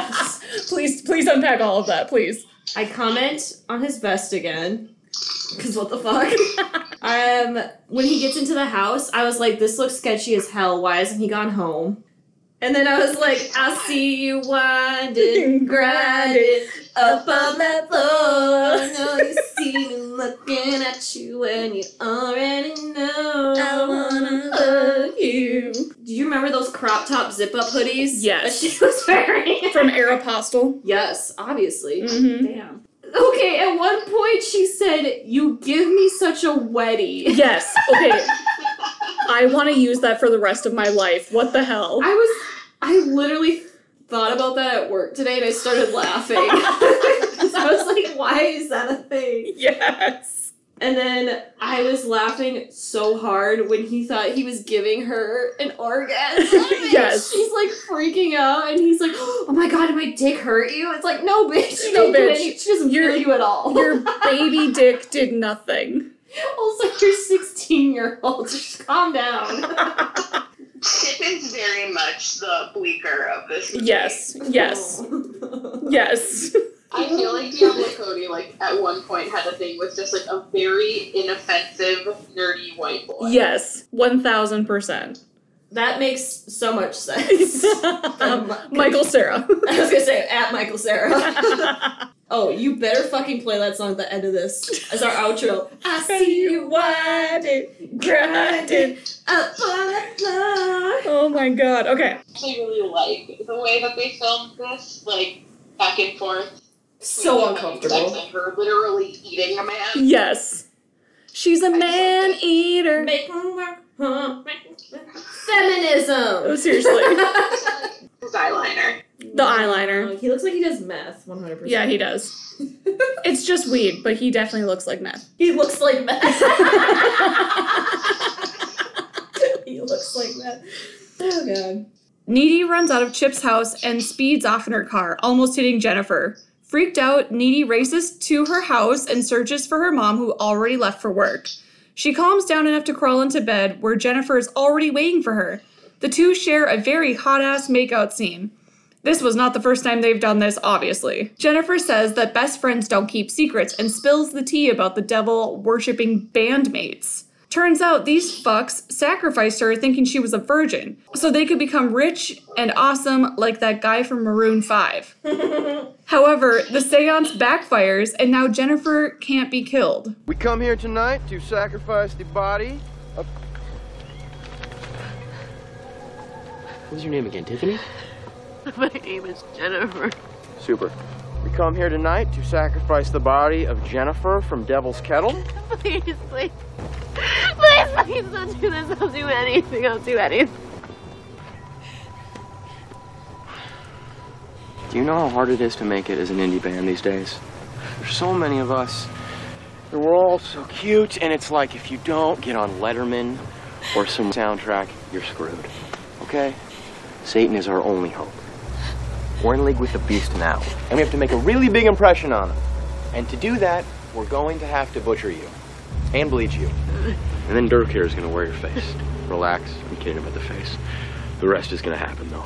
Speaker 3: Please, please unpack all of that, please.
Speaker 2: I comment on his vest again. Cause what the fuck? um when he gets into the house, I was like, this looks sketchy as hell. Why hasn't he gone home? And then I was like, I see you winding, grinding up on that floor. I know you see me looking at you and you already know. I wanna love you. Do you remember those crop top zip up hoodies?
Speaker 3: Yes.
Speaker 2: That she was wearing?
Speaker 3: From Aeropostale.
Speaker 2: yes, obviously.
Speaker 3: Mm-hmm.
Speaker 2: Damn. Okay, at one point she said, You give me such a weddy.
Speaker 3: Yes. Okay. I want to use that for the rest of my life. What the hell?
Speaker 2: I was, I literally thought about that at work today and I started laughing. 'Cause I was like, Why is that a thing?
Speaker 3: yes.
Speaker 2: And then I was laughing so hard when he thought he was giving her an orgasm. And
Speaker 3: Yes.
Speaker 2: She's like freaking out and he's like, Oh my god, did my dick hurt you? It's like, No, bitch. You
Speaker 3: No,
Speaker 2: didn't do
Speaker 3: bitch.
Speaker 2: any- she doesn't
Speaker 3: You're-
Speaker 2: feel you at all.
Speaker 3: Your baby dick did nothing.
Speaker 2: Also, you're 16 year old. Just calm down.
Speaker 4: Chip is very much the bleaker of this movie.
Speaker 3: Yes. Yes. Yes.
Speaker 4: I feel like Diablo Cody, like, at one point had a thing with just, like, a very inoffensive, nerdy white boy.
Speaker 3: Yes. 1000%.
Speaker 2: That makes so much sense.
Speaker 3: Michael Sarah.
Speaker 2: I was gonna say at Michael Sarah. oh, you better fucking play that song at the end of this as our outro. I see you
Speaker 3: winding, grinding.
Speaker 2: up on the floor.
Speaker 3: Oh my god. Okay.
Speaker 4: I actually really like the way that they filmed this, like, back and forth.
Speaker 2: So
Speaker 4: between having sex
Speaker 2: uncomfortable.
Speaker 4: And her literally eating a man.
Speaker 3: Yes. She's a man eater.
Speaker 2: Make 'em work, huh? Make 'em work. Feminism.
Speaker 3: Oh, seriously.
Speaker 4: His eyeliner.
Speaker 3: The eyeliner.
Speaker 2: Oh, he looks like he does meth, 100%.
Speaker 3: Yeah, he does. It's just weed, but he definitely looks like meth.
Speaker 2: He looks like meth. he looks like meth. Oh god.
Speaker 3: Needy runs out of Chip's house and speeds off in her car, almost hitting Jennifer. Freaked out, Needy races to her house and searches for her mom, who already left for work. She calms down enough to crawl into bed, where Jennifer is already waiting for her. The two share a very hot ass makeout scene. This was not the first time they've done this, obviously. Jennifer says that best friends don't keep secrets and spills the tea about the devil worshipping bandmates. Turns out these fucks sacrificed her thinking she was a virgin, so they could become rich and awesome like that guy from Maroon 5. However, the seance backfires, and now Jennifer can't be killed.
Speaker 8: We come here tonight to sacrifice the body of. What was your name again, Tiffany?
Speaker 9: My name is Jennifer.
Speaker 8: Super. We come here tonight to sacrifice the body of Jennifer from Devil's Kettle.
Speaker 9: Please, please. Please, please don't do this. I'll do anything. I'll do anything.
Speaker 8: Do you know how hard it is to make it as an indie band these days? There's so many of us, and we're all so cute, and it's like if you don't get on Letterman or some soundtrack, you're screwed. Okay? Satan is our only hope. We're in league with the beast now, and we have to make a really big impression on him. And to do that, we're going to have to butcher you and bleach you. And then Dirk here is going to wear your face. Relax, I'm kidding about the face. The rest is going to happen though.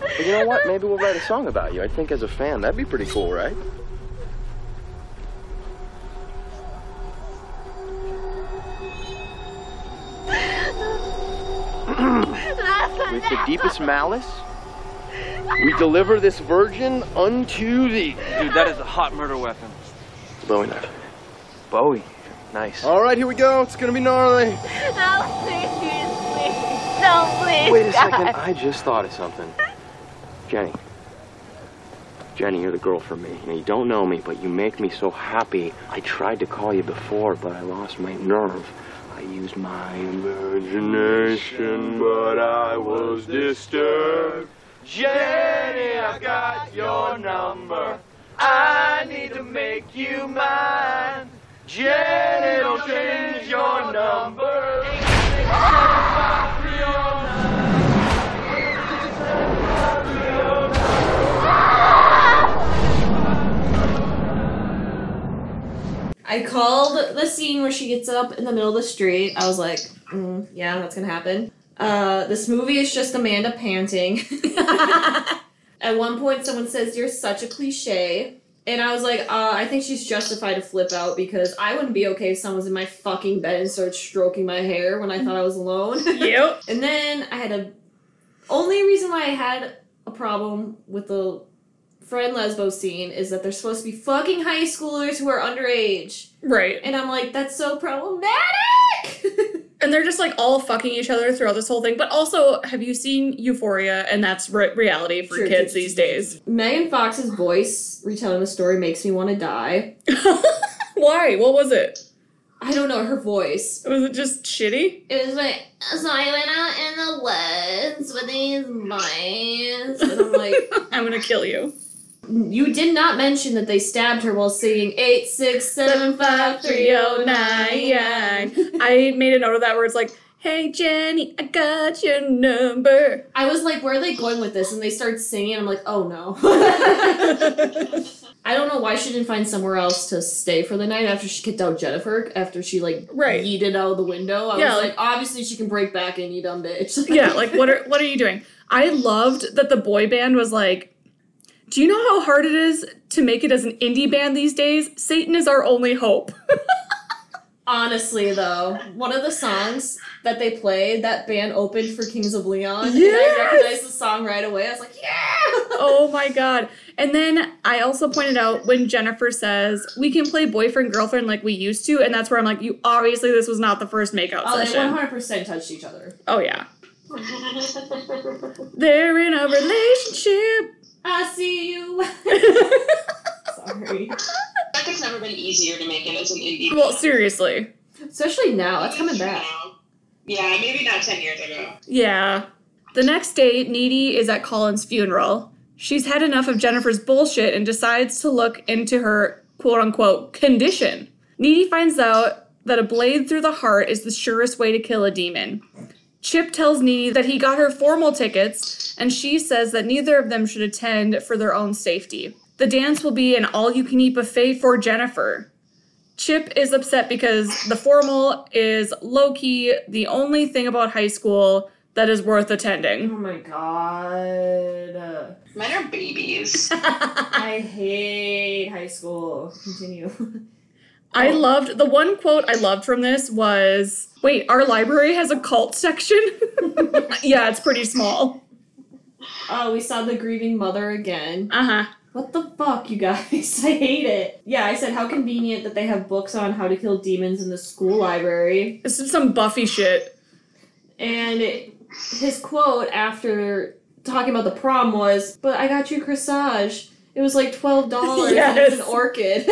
Speaker 8: But you know what? Maybe we'll write a song about you. I think as a fan, that'd be pretty cool, right? With the deepest malice, we deliver this virgin unto thee.
Speaker 10: Dude, that is a hot murder weapon.
Speaker 8: Bowie knife.
Speaker 10: Bowie. Nice.
Speaker 8: All right, here we go. It's gonna be gnarly.
Speaker 9: No, please, please. No, please.
Speaker 8: Wait a
Speaker 9: God.
Speaker 8: second. I just thought of something. Jenny. Jenny, you're the girl for me. Now, you don't know me, but you make me so happy. I tried to call you before, but I lost my nerve. I used my imagination, but I was disturbed. Jenny, I got your number. I need to make you mine. Jenny, don't change your number.
Speaker 2: I called the scene where she gets up in the middle of the street. I was like, mm, yeah, that's gonna happen. Uh, this movie is just Amanda panting. At one point, someone says, You're such a cliche. And I was like, uh, I think she's justified to flip out because I wouldn't be okay if someone was in my fucking bed and started stroking my hair when I thought I was alone.
Speaker 3: Yep.
Speaker 2: and then I had a. Only reason why I had a problem with the friend lesbo scene is that they're supposed to be fucking high schoolers who are underage.
Speaker 3: Right.
Speaker 2: And I'm like, that's so problematic!
Speaker 3: And they're just like all fucking each other throughout this whole thing. But also, have you seen Euphoria? And that's re- reality for
Speaker 2: Sure.
Speaker 3: kids these days.
Speaker 2: Megan Fox's voice retelling the story makes me want to die.
Speaker 3: Why? What was it?
Speaker 2: I don't know her voice.
Speaker 3: Was it just shitty?
Speaker 2: It was like, so I went out in the woods with these mice. And I'm like,
Speaker 3: I'm gonna kill you.
Speaker 2: you did not mention that they stabbed her while singing 8675309.
Speaker 3: I made a note of that where it's like, hey Jenny, I got your number.
Speaker 2: I was like, where are they going with this? And they start singing, and I'm like, oh no. I don't know why she didn't find somewhere else to stay for the night after she kicked out Jennifer, after she like
Speaker 3: Right.
Speaker 2: yeeted out of the window. I
Speaker 3: Yeah,
Speaker 2: was
Speaker 3: like-
Speaker 2: like, obviously she can break back and you dumb bitch.
Speaker 3: yeah, like what are what are you doing? I loved that the boy band was like, do you know how hard it is to make it as an indie band these days? Satan is our only hope.
Speaker 2: Honestly, though, one of the songs that they played, that band opened for Kings of Leon,
Speaker 3: Yes!
Speaker 2: and I recognized the song right away. I was like, yeah!
Speaker 3: oh my god. And then I also pointed out when Jennifer says, we can play boyfriend girlfriend like we used to, and that's where I'm like, you obviously this was not the first makeout
Speaker 2: Oh, they
Speaker 3: session.
Speaker 2: 100% touched each other.
Speaker 3: Oh yeah. They're in a relationship.
Speaker 2: I see you. Sorry.
Speaker 4: Like it's never been easier to make it as an indie.
Speaker 3: well, seriously.
Speaker 2: Especially now, it's coming back.
Speaker 4: Yeah, maybe not ten years ago.
Speaker 3: Yeah. The next day, Needy is at Colin's funeral. She's had enough of Jennifer's bullshit and decides to look into her quote unquote condition. Needy finds out that a blade through the heart is the surest way to kill a demon. Chip tells Needy that he got her formal tickets, and she says that neither of them should attend for their own safety. The dance will be an all you can eat buffet for Jennifer. Chip is upset because the formal is low key the only thing about high school that is worth attending.
Speaker 2: Oh my god.
Speaker 4: Men are babies.
Speaker 2: I hate high school. Continue.
Speaker 3: I loved the one quote I loved from this was wait, our library has a cult section? yeah, it's pretty small.
Speaker 2: oh, we saw the grieving mother again.
Speaker 3: Uh huh.
Speaker 2: What the fuck, you guys? I hate it. Yeah, I said how convenient that they have books on how to kill demons in the school library.
Speaker 3: This is some Buffy shit.
Speaker 2: And it, his quote after talking about the prom was, "But I got you corsage. It was like twelve dollars. and It's an
Speaker 3: Yes.
Speaker 2: orchid."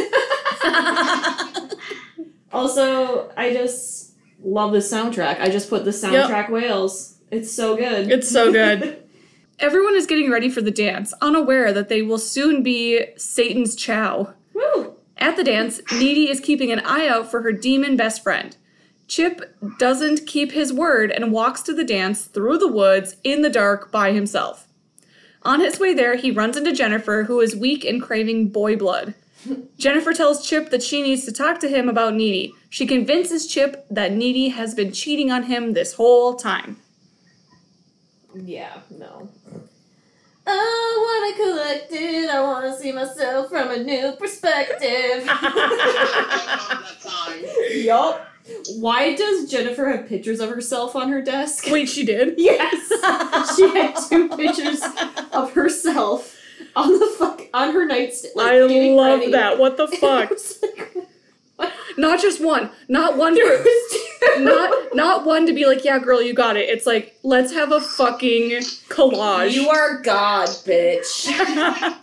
Speaker 2: also, I just love the soundtrack. I just put the soundtrack whales. It's so good.
Speaker 3: It's so good. Everyone is getting ready for the dance, unaware that they will soon be Satan's chow.
Speaker 2: Woo!
Speaker 3: At the dance, Needy is keeping an eye out for her demon best friend. Chip doesn't keep his word and walks to the dance through the woods in the dark by himself. On his way there, he runs into Jennifer, who is weak and craving boy blood. Jennifer tells Chip that she needs to talk to him about Needy. She convinces Chip that Needy has been cheating on him this whole time.
Speaker 2: Yeah. No. Oh, what I collected! I want to see myself from a new perspective.
Speaker 4: I love that song.
Speaker 2: yup. Why does Jennifer have pictures of herself on her desk?
Speaker 3: Wait, she did?
Speaker 2: Yes, she had two pictures of herself on the fuck on her nightstand. Like,
Speaker 3: I
Speaker 2: getting
Speaker 3: love
Speaker 2: ready.
Speaker 3: that. What the
Speaker 2: I
Speaker 3: fuck?
Speaker 2: was like, what?
Speaker 3: Not just one, not one
Speaker 2: There
Speaker 3: per-
Speaker 2: was two.
Speaker 3: not not one to be like, yeah, girl, you got it. It's like, let's have a fucking collage.
Speaker 2: You are God, bitch.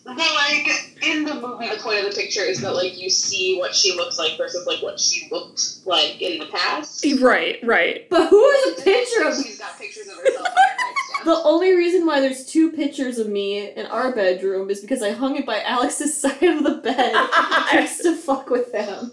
Speaker 4: But like in the movie, the point of the picture is that like you see what she looks like versus like what she looked like in the past.
Speaker 3: right, right.
Speaker 2: But who is a picture of?
Speaker 4: She's got pictures of herself. on her nightstand.
Speaker 2: The only reason why there's two pictures of me in our bedroom is because I hung it by Alex's side of the bed just to fuck with him.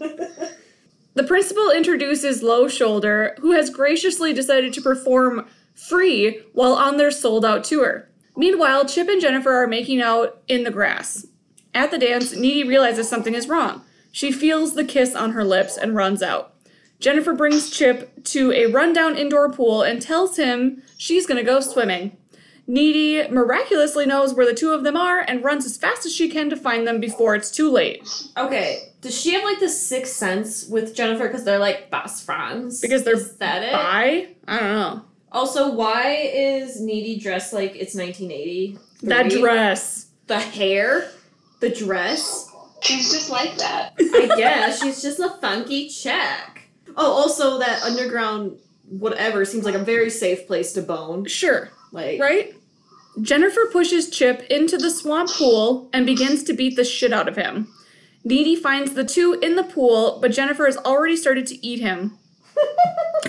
Speaker 3: The principal introduces Low Shoulder, who has graciously decided to perform free while on their sold out tour. Meanwhile, Chip and Jennifer are making out in the grass. At the dance, Needy realizes something is wrong. She feels the kiss on her lips and runs out. Jennifer brings Chip to a rundown indoor pool and tells him she's gonna go swimming. Needy miraculously knows where the two of them are and runs as fast as she can to find them before it's too late.
Speaker 2: Okay, does she have like the sixth sense with Jennifer because they're like best friends?
Speaker 3: Because they're
Speaker 2: Is that it?
Speaker 3: Bye? I don't know.
Speaker 2: Also, why is Needy dressed like it's 1980?
Speaker 3: That dress.
Speaker 2: the hair, the dress.
Speaker 4: She's just like that.
Speaker 2: I guess she's just a funky check. Oh, also that underground whatever seems like a very safe place to bone.
Speaker 3: Sure.
Speaker 2: Like
Speaker 3: Right? Jennifer pushes Chip into the swamp pool and begins to beat the shit out of him. Needy finds the two in the pool, but Jennifer has already started to eat him.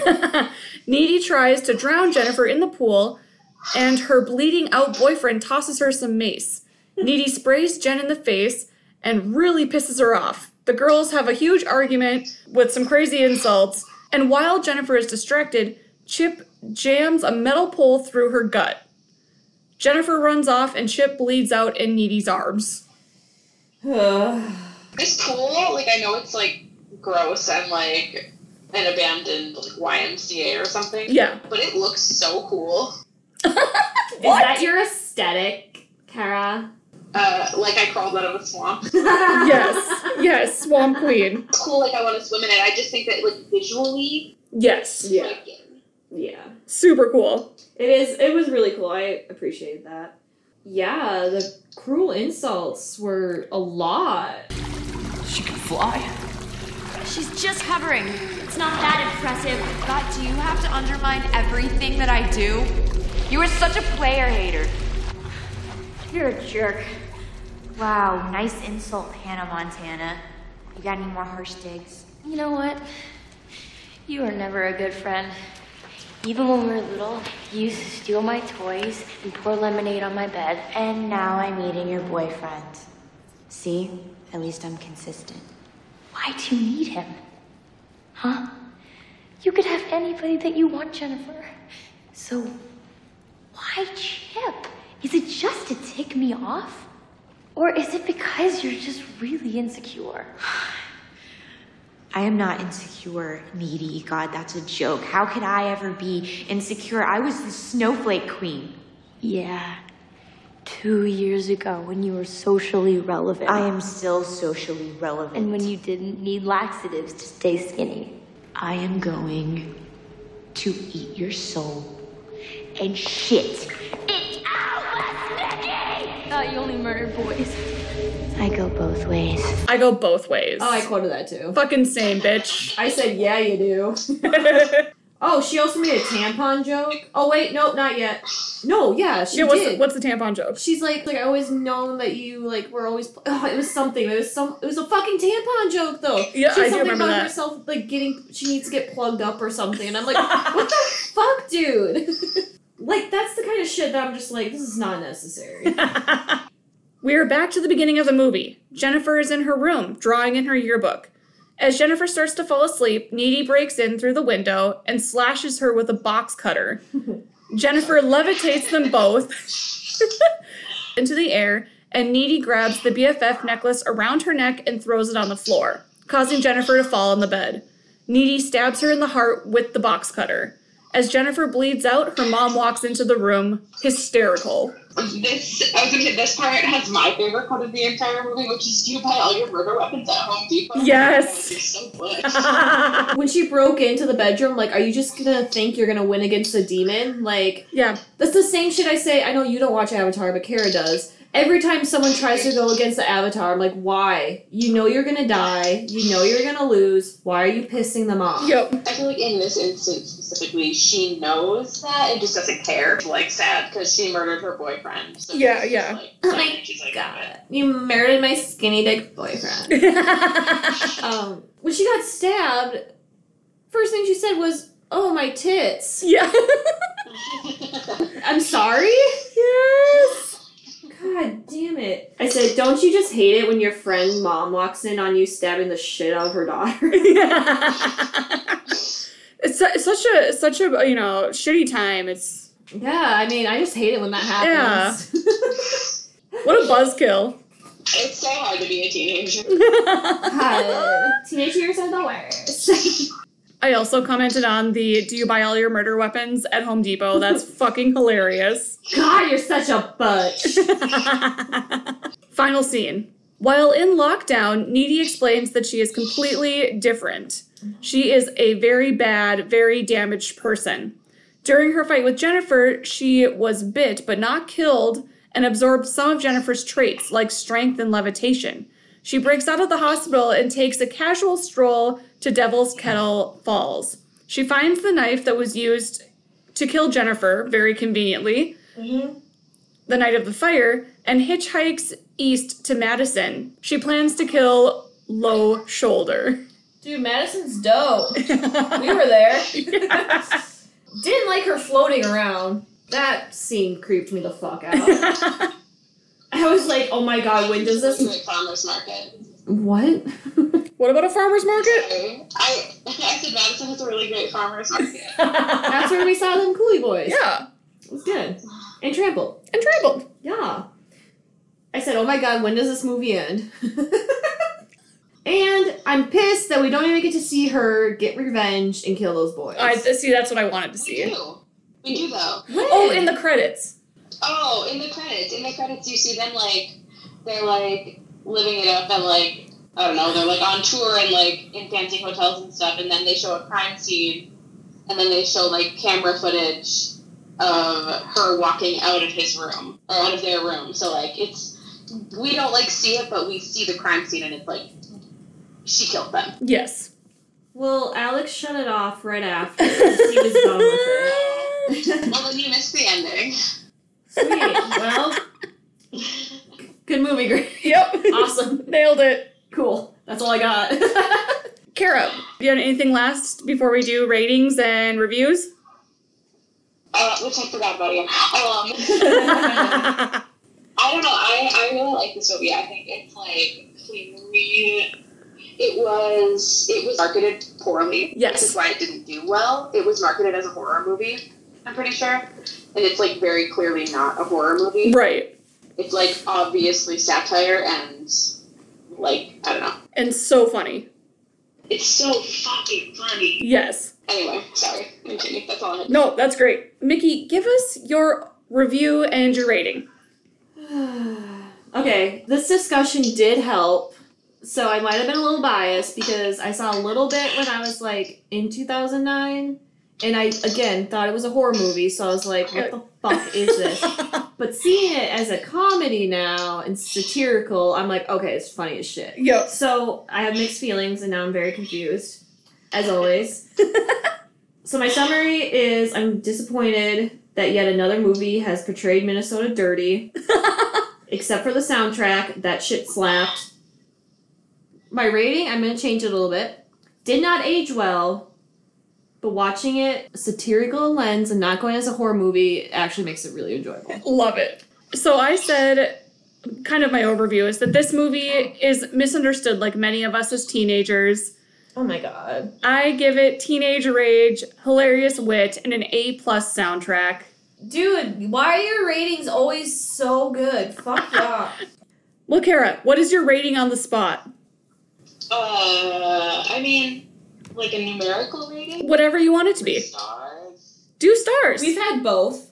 Speaker 3: Needy tries to drown Jennifer in the pool, and her bleeding out boyfriend tosses her some mace. Needy sprays Jen in the face and really pisses her off. The girls have a huge argument with some crazy insults, and while Jennifer is distracted, Chip jams a metal pole through her gut. Jennifer runs off and Chip bleeds out in Needy's arms.
Speaker 4: This pool, like I know it's like gross and like an abandoned like YMCA or something.
Speaker 3: Yeah.
Speaker 4: But it looks so cool.
Speaker 2: is that your aesthetic, Kara?
Speaker 4: Uh, like I crawled out of a swamp.
Speaker 3: Yes. yes, Swamp Queen.
Speaker 4: It's cool. Like I want to swim in it. I just think that like visually,
Speaker 3: Yes.
Speaker 2: Yeah.
Speaker 4: like,
Speaker 2: Yeah.
Speaker 3: Super cool.
Speaker 2: It is it was really cool. I appreciated that. Yeah, the cruel insults were a lot.
Speaker 6: She can fly.
Speaker 11: She's just hovering. It's not that impressive. God, do you have to undermine everything that I do? You are such a player hater.
Speaker 7: You're a jerk. Wow, nice insult, Hannah Montana. You got any more harsh digs? You know what? You were never a good friend. Even when we were little, you used to steal my toys and pour lemonade on my bed. And now I'm eating your boyfriend. See? At least I'm consistent. Why do you need him? Huh? You could have anybody that you want, Jennifer. So why Chip? Is it just to tick me off? Or is it because you're just really insecure?
Speaker 12: I am not insecure, needy. God, that's a joke. How could I ever be insecure? I was the snowflake queen.
Speaker 7: Yeah. Two years ago when you were socially relevant.
Speaker 12: I am still socially relevant.
Speaker 7: And when you didn't need laxatives to stay skinny.
Speaker 12: I am going to eat your soul and shit.
Speaker 7: Thought you only murdered boys. I go both ways.
Speaker 3: I go both ways.
Speaker 2: Oh, I quoted that too.
Speaker 3: Fucking same, bitch.
Speaker 2: I said, yeah, you do. oh, she also made a tampon joke. Oh, wait, nope, not yet. No, yeah, she
Speaker 3: Yeah, what's the,
Speaker 2: did.
Speaker 3: what's the tampon joke?
Speaker 2: She's like, like I always known that you like were always. Oh, it was something. It was some. It was a fucking tampon joke though.
Speaker 3: Yeah,
Speaker 2: she said
Speaker 3: I do
Speaker 2: something
Speaker 3: remember
Speaker 2: about
Speaker 3: that.
Speaker 2: herself like getting. She needs to get plugged up or something, and I'm like, what the fuck, dude? like that's the kind of shit that I'm just like, this is not necessary.
Speaker 3: We are back to the beginning of the movie. Jennifer is in her room, drawing in her yearbook. As Jennifer starts to fall asleep, Needy breaks in through the window and slashes her with a box cutter. Jennifer levitates them both into the air, and Needy grabs the BFF necklace around her neck and throws it on the floor, causing Jennifer to fall on the bed. Needy stabs her in the heart with the box cutter. As Jennifer bleeds out, her mom walks into the room, hysterical.
Speaker 4: this I was gonna say this part has my favorite part of the entire movie, which is you buy all your murder weapons at Home Depot.
Speaker 3: Yes.
Speaker 4: You're so good.
Speaker 2: when she broke into the bedroom, like, are you just gonna think you're gonna win against a demon? Like,
Speaker 3: Yeah,
Speaker 2: That's the same shit I say. I know you don't watch Avatar, but Kara does. Every time someone tries to go against the Avatar, I'm like, why? You know you're gonna die. You know you're gonna lose. Why are you pissing them off?
Speaker 3: yep.
Speaker 4: I feel like in this instance specifically, she knows that and just doesn't care. Like sad because she murdered her boyfriend. So
Speaker 3: Yeah,
Speaker 4: she's just
Speaker 3: yeah.
Speaker 4: Like,
Speaker 2: Oh my
Speaker 4: sorry, she's like,
Speaker 2: God, you murdered my skinny dick boyfriend. um, when she got stabbed, first thing she said was, "Oh my tits."
Speaker 3: yeah.
Speaker 2: I'm sorry.
Speaker 3: yes.
Speaker 2: God damn it! I said, don't you just hate it when your friend mom walks in on you stabbing the shit out of her daughter?
Speaker 3: it's, su- it's such a such a you know shitty time. It's
Speaker 2: Yeah, I mean, I just hate it when that happens.
Speaker 3: what a buzzkill.
Speaker 4: It's so hard to be a teenager.
Speaker 2: God. Teenage years are the worst.
Speaker 3: I also commented on the do you buy all your murder weapons at Home Depot? That's fucking hilarious.
Speaker 2: God, you're such a
Speaker 3: butch. Final scene. While in lockdown, Needy explains that she is completely different. She is a very bad, very damaged person. During her fight with Jennifer, she was bit but not killed and absorbed some of Jennifer's traits, like strength and levitation. She breaks out of the hospital and takes a casual stroll to Devil's Kettle Falls. She finds the knife that was used to kill Jennifer, very conveniently,
Speaker 2: Mhm.
Speaker 3: the night of the fire, and hitchhikes east to Madison. She plans to kill Low Shoulder.
Speaker 2: Dude, Madison's dope. we were there. Didn't like her floating around. That scene creeped me the fuck out. I was like, oh my god, when does this?
Speaker 4: Farmers market.
Speaker 2: What?
Speaker 3: what about a farmer's market?
Speaker 4: I I said Madison has a really great farmers market.
Speaker 2: That's where we saw them Coolie Boys.
Speaker 3: Yeah.
Speaker 2: It was good. And Trampled.
Speaker 3: And trampled.
Speaker 2: Yeah. I said, oh my god, when does this movie end? and I'm pissed that we don't even get to see her get revenge and kill those boys.
Speaker 3: I see. That's what I wanted to see.
Speaker 4: We do though.
Speaker 3: Oh, in the credits.
Speaker 4: Oh, in the credits. In the credits, you see them like they're like living it up and like I don't know. They're like on tour and like in fancy hotels and stuff, and then they show a crime scene, and then they show like camera footage of her walking out of his room or out of their room. So like it's we don't like see it, but we see the crime scene, and it's like she killed them.
Speaker 3: Yes.
Speaker 2: Well, Alex shut it off right after. he was done with it.
Speaker 4: well, then you missed the ending.
Speaker 2: Sweet. Well, good movie, Greg.
Speaker 3: Yep.
Speaker 2: Awesome.
Speaker 3: Nailed it.
Speaker 2: Cool. That's all I got.
Speaker 3: Kara, you have anything last before we do ratings and reviews?
Speaker 4: Uh, which I forgot about Oh, again. Um, I don't know. I, I really like this movie. I think it's like clearly it was it was marketed poorly.
Speaker 3: Yes.
Speaker 4: which is why it didn't do well. It was marketed as a horror movie. I'm pretty sure, and it's like very clearly not a horror movie.
Speaker 3: Right.
Speaker 4: It's like obviously satire and like I don't know.
Speaker 3: And so funny.
Speaker 4: It's so fucking funny.
Speaker 3: Yes.
Speaker 4: Anyway, sorry. Continue. That's all I had.
Speaker 3: No, that's great. Mickey, give us your review and your rating.
Speaker 2: okay, this discussion did help. So I might have been a little biased because I saw a little bit when I was like in 2009. And I, again, thought it was a horror movie. So I was like, what the fuck is this? But seeing it as a comedy now and satirical, I'm like, okay, it's funny as shit.
Speaker 3: Yep.
Speaker 2: So I have mixed feelings and now I'm very confused, as always. so my summary is I'm disappointed that yet another movie has portrayed Minnesota dirty. Except for the soundtrack, that shit slapped. My rating, I'm gonna change it a little bit. Did not age well, but watching it satirical lens and not going as a horror movie actually makes it really enjoyable.
Speaker 3: Love it. So I said, kind of my overview is that this movie is misunderstood like many of us as teenagers.
Speaker 2: Oh my god.
Speaker 3: I give it teenage rage, hilarious wit, and an A plus soundtrack.
Speaker 2: Dude, why are your ratings always so good? Fuck yeah.
Speaker 3: Well, Kara, what is your rating on the spot?
Speaker 4: Uh, I mean, like a numerical rating.
Speaker 3: Whatever you want it to be.
Speaker 4: Stars.
Speaker 3: Do stars.
Speaker 2: We've had both.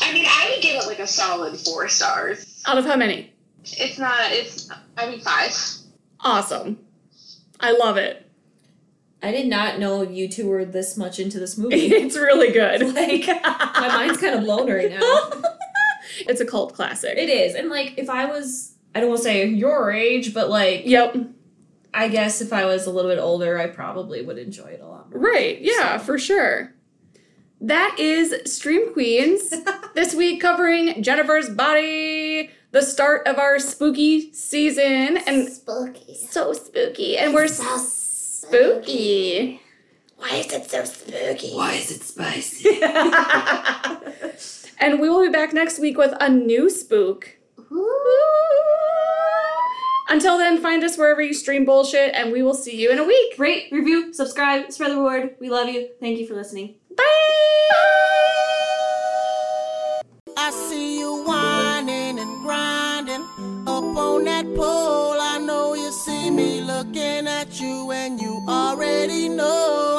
Speaker 4: I mean, I would give it like a solid four stars.
Speaker 3: Out of how many?
Speaker 4: It's not. It's. I mean, five.
Speaker 3: Awesome. I love it.
Speaker 2: I did not know you two were this much into this movie.
Speaker 3: It's really good.
Speaker 2: like my mind's kind of blown right now.
Speaker 3: It's a cult classic.
Speaker 2: It is. And like if I was I don't want to say your age, but like
Speaker 3: Yep.
Speaker 2: I guess if I was a little bit older, I probably would enjoy it a lot more.
Speaker 3: Right. Yeah, for sure. That is Stream Queens. this week covering Jennifer's body, the start of our spooky season and spooky. So spooky and we're so spooky. Why is it so spooky? Why is it spicy? and we will be back next week with a new spook. Until then, find us wherever you stream bullshit, and we will see you in a week.
Speaker 2: Rate, review, subscribe, spread the word. We love you. Thank you for listening.
Speaker 1: I see you whining and grinding up on that pole. I know you see me. me looking at you and you already know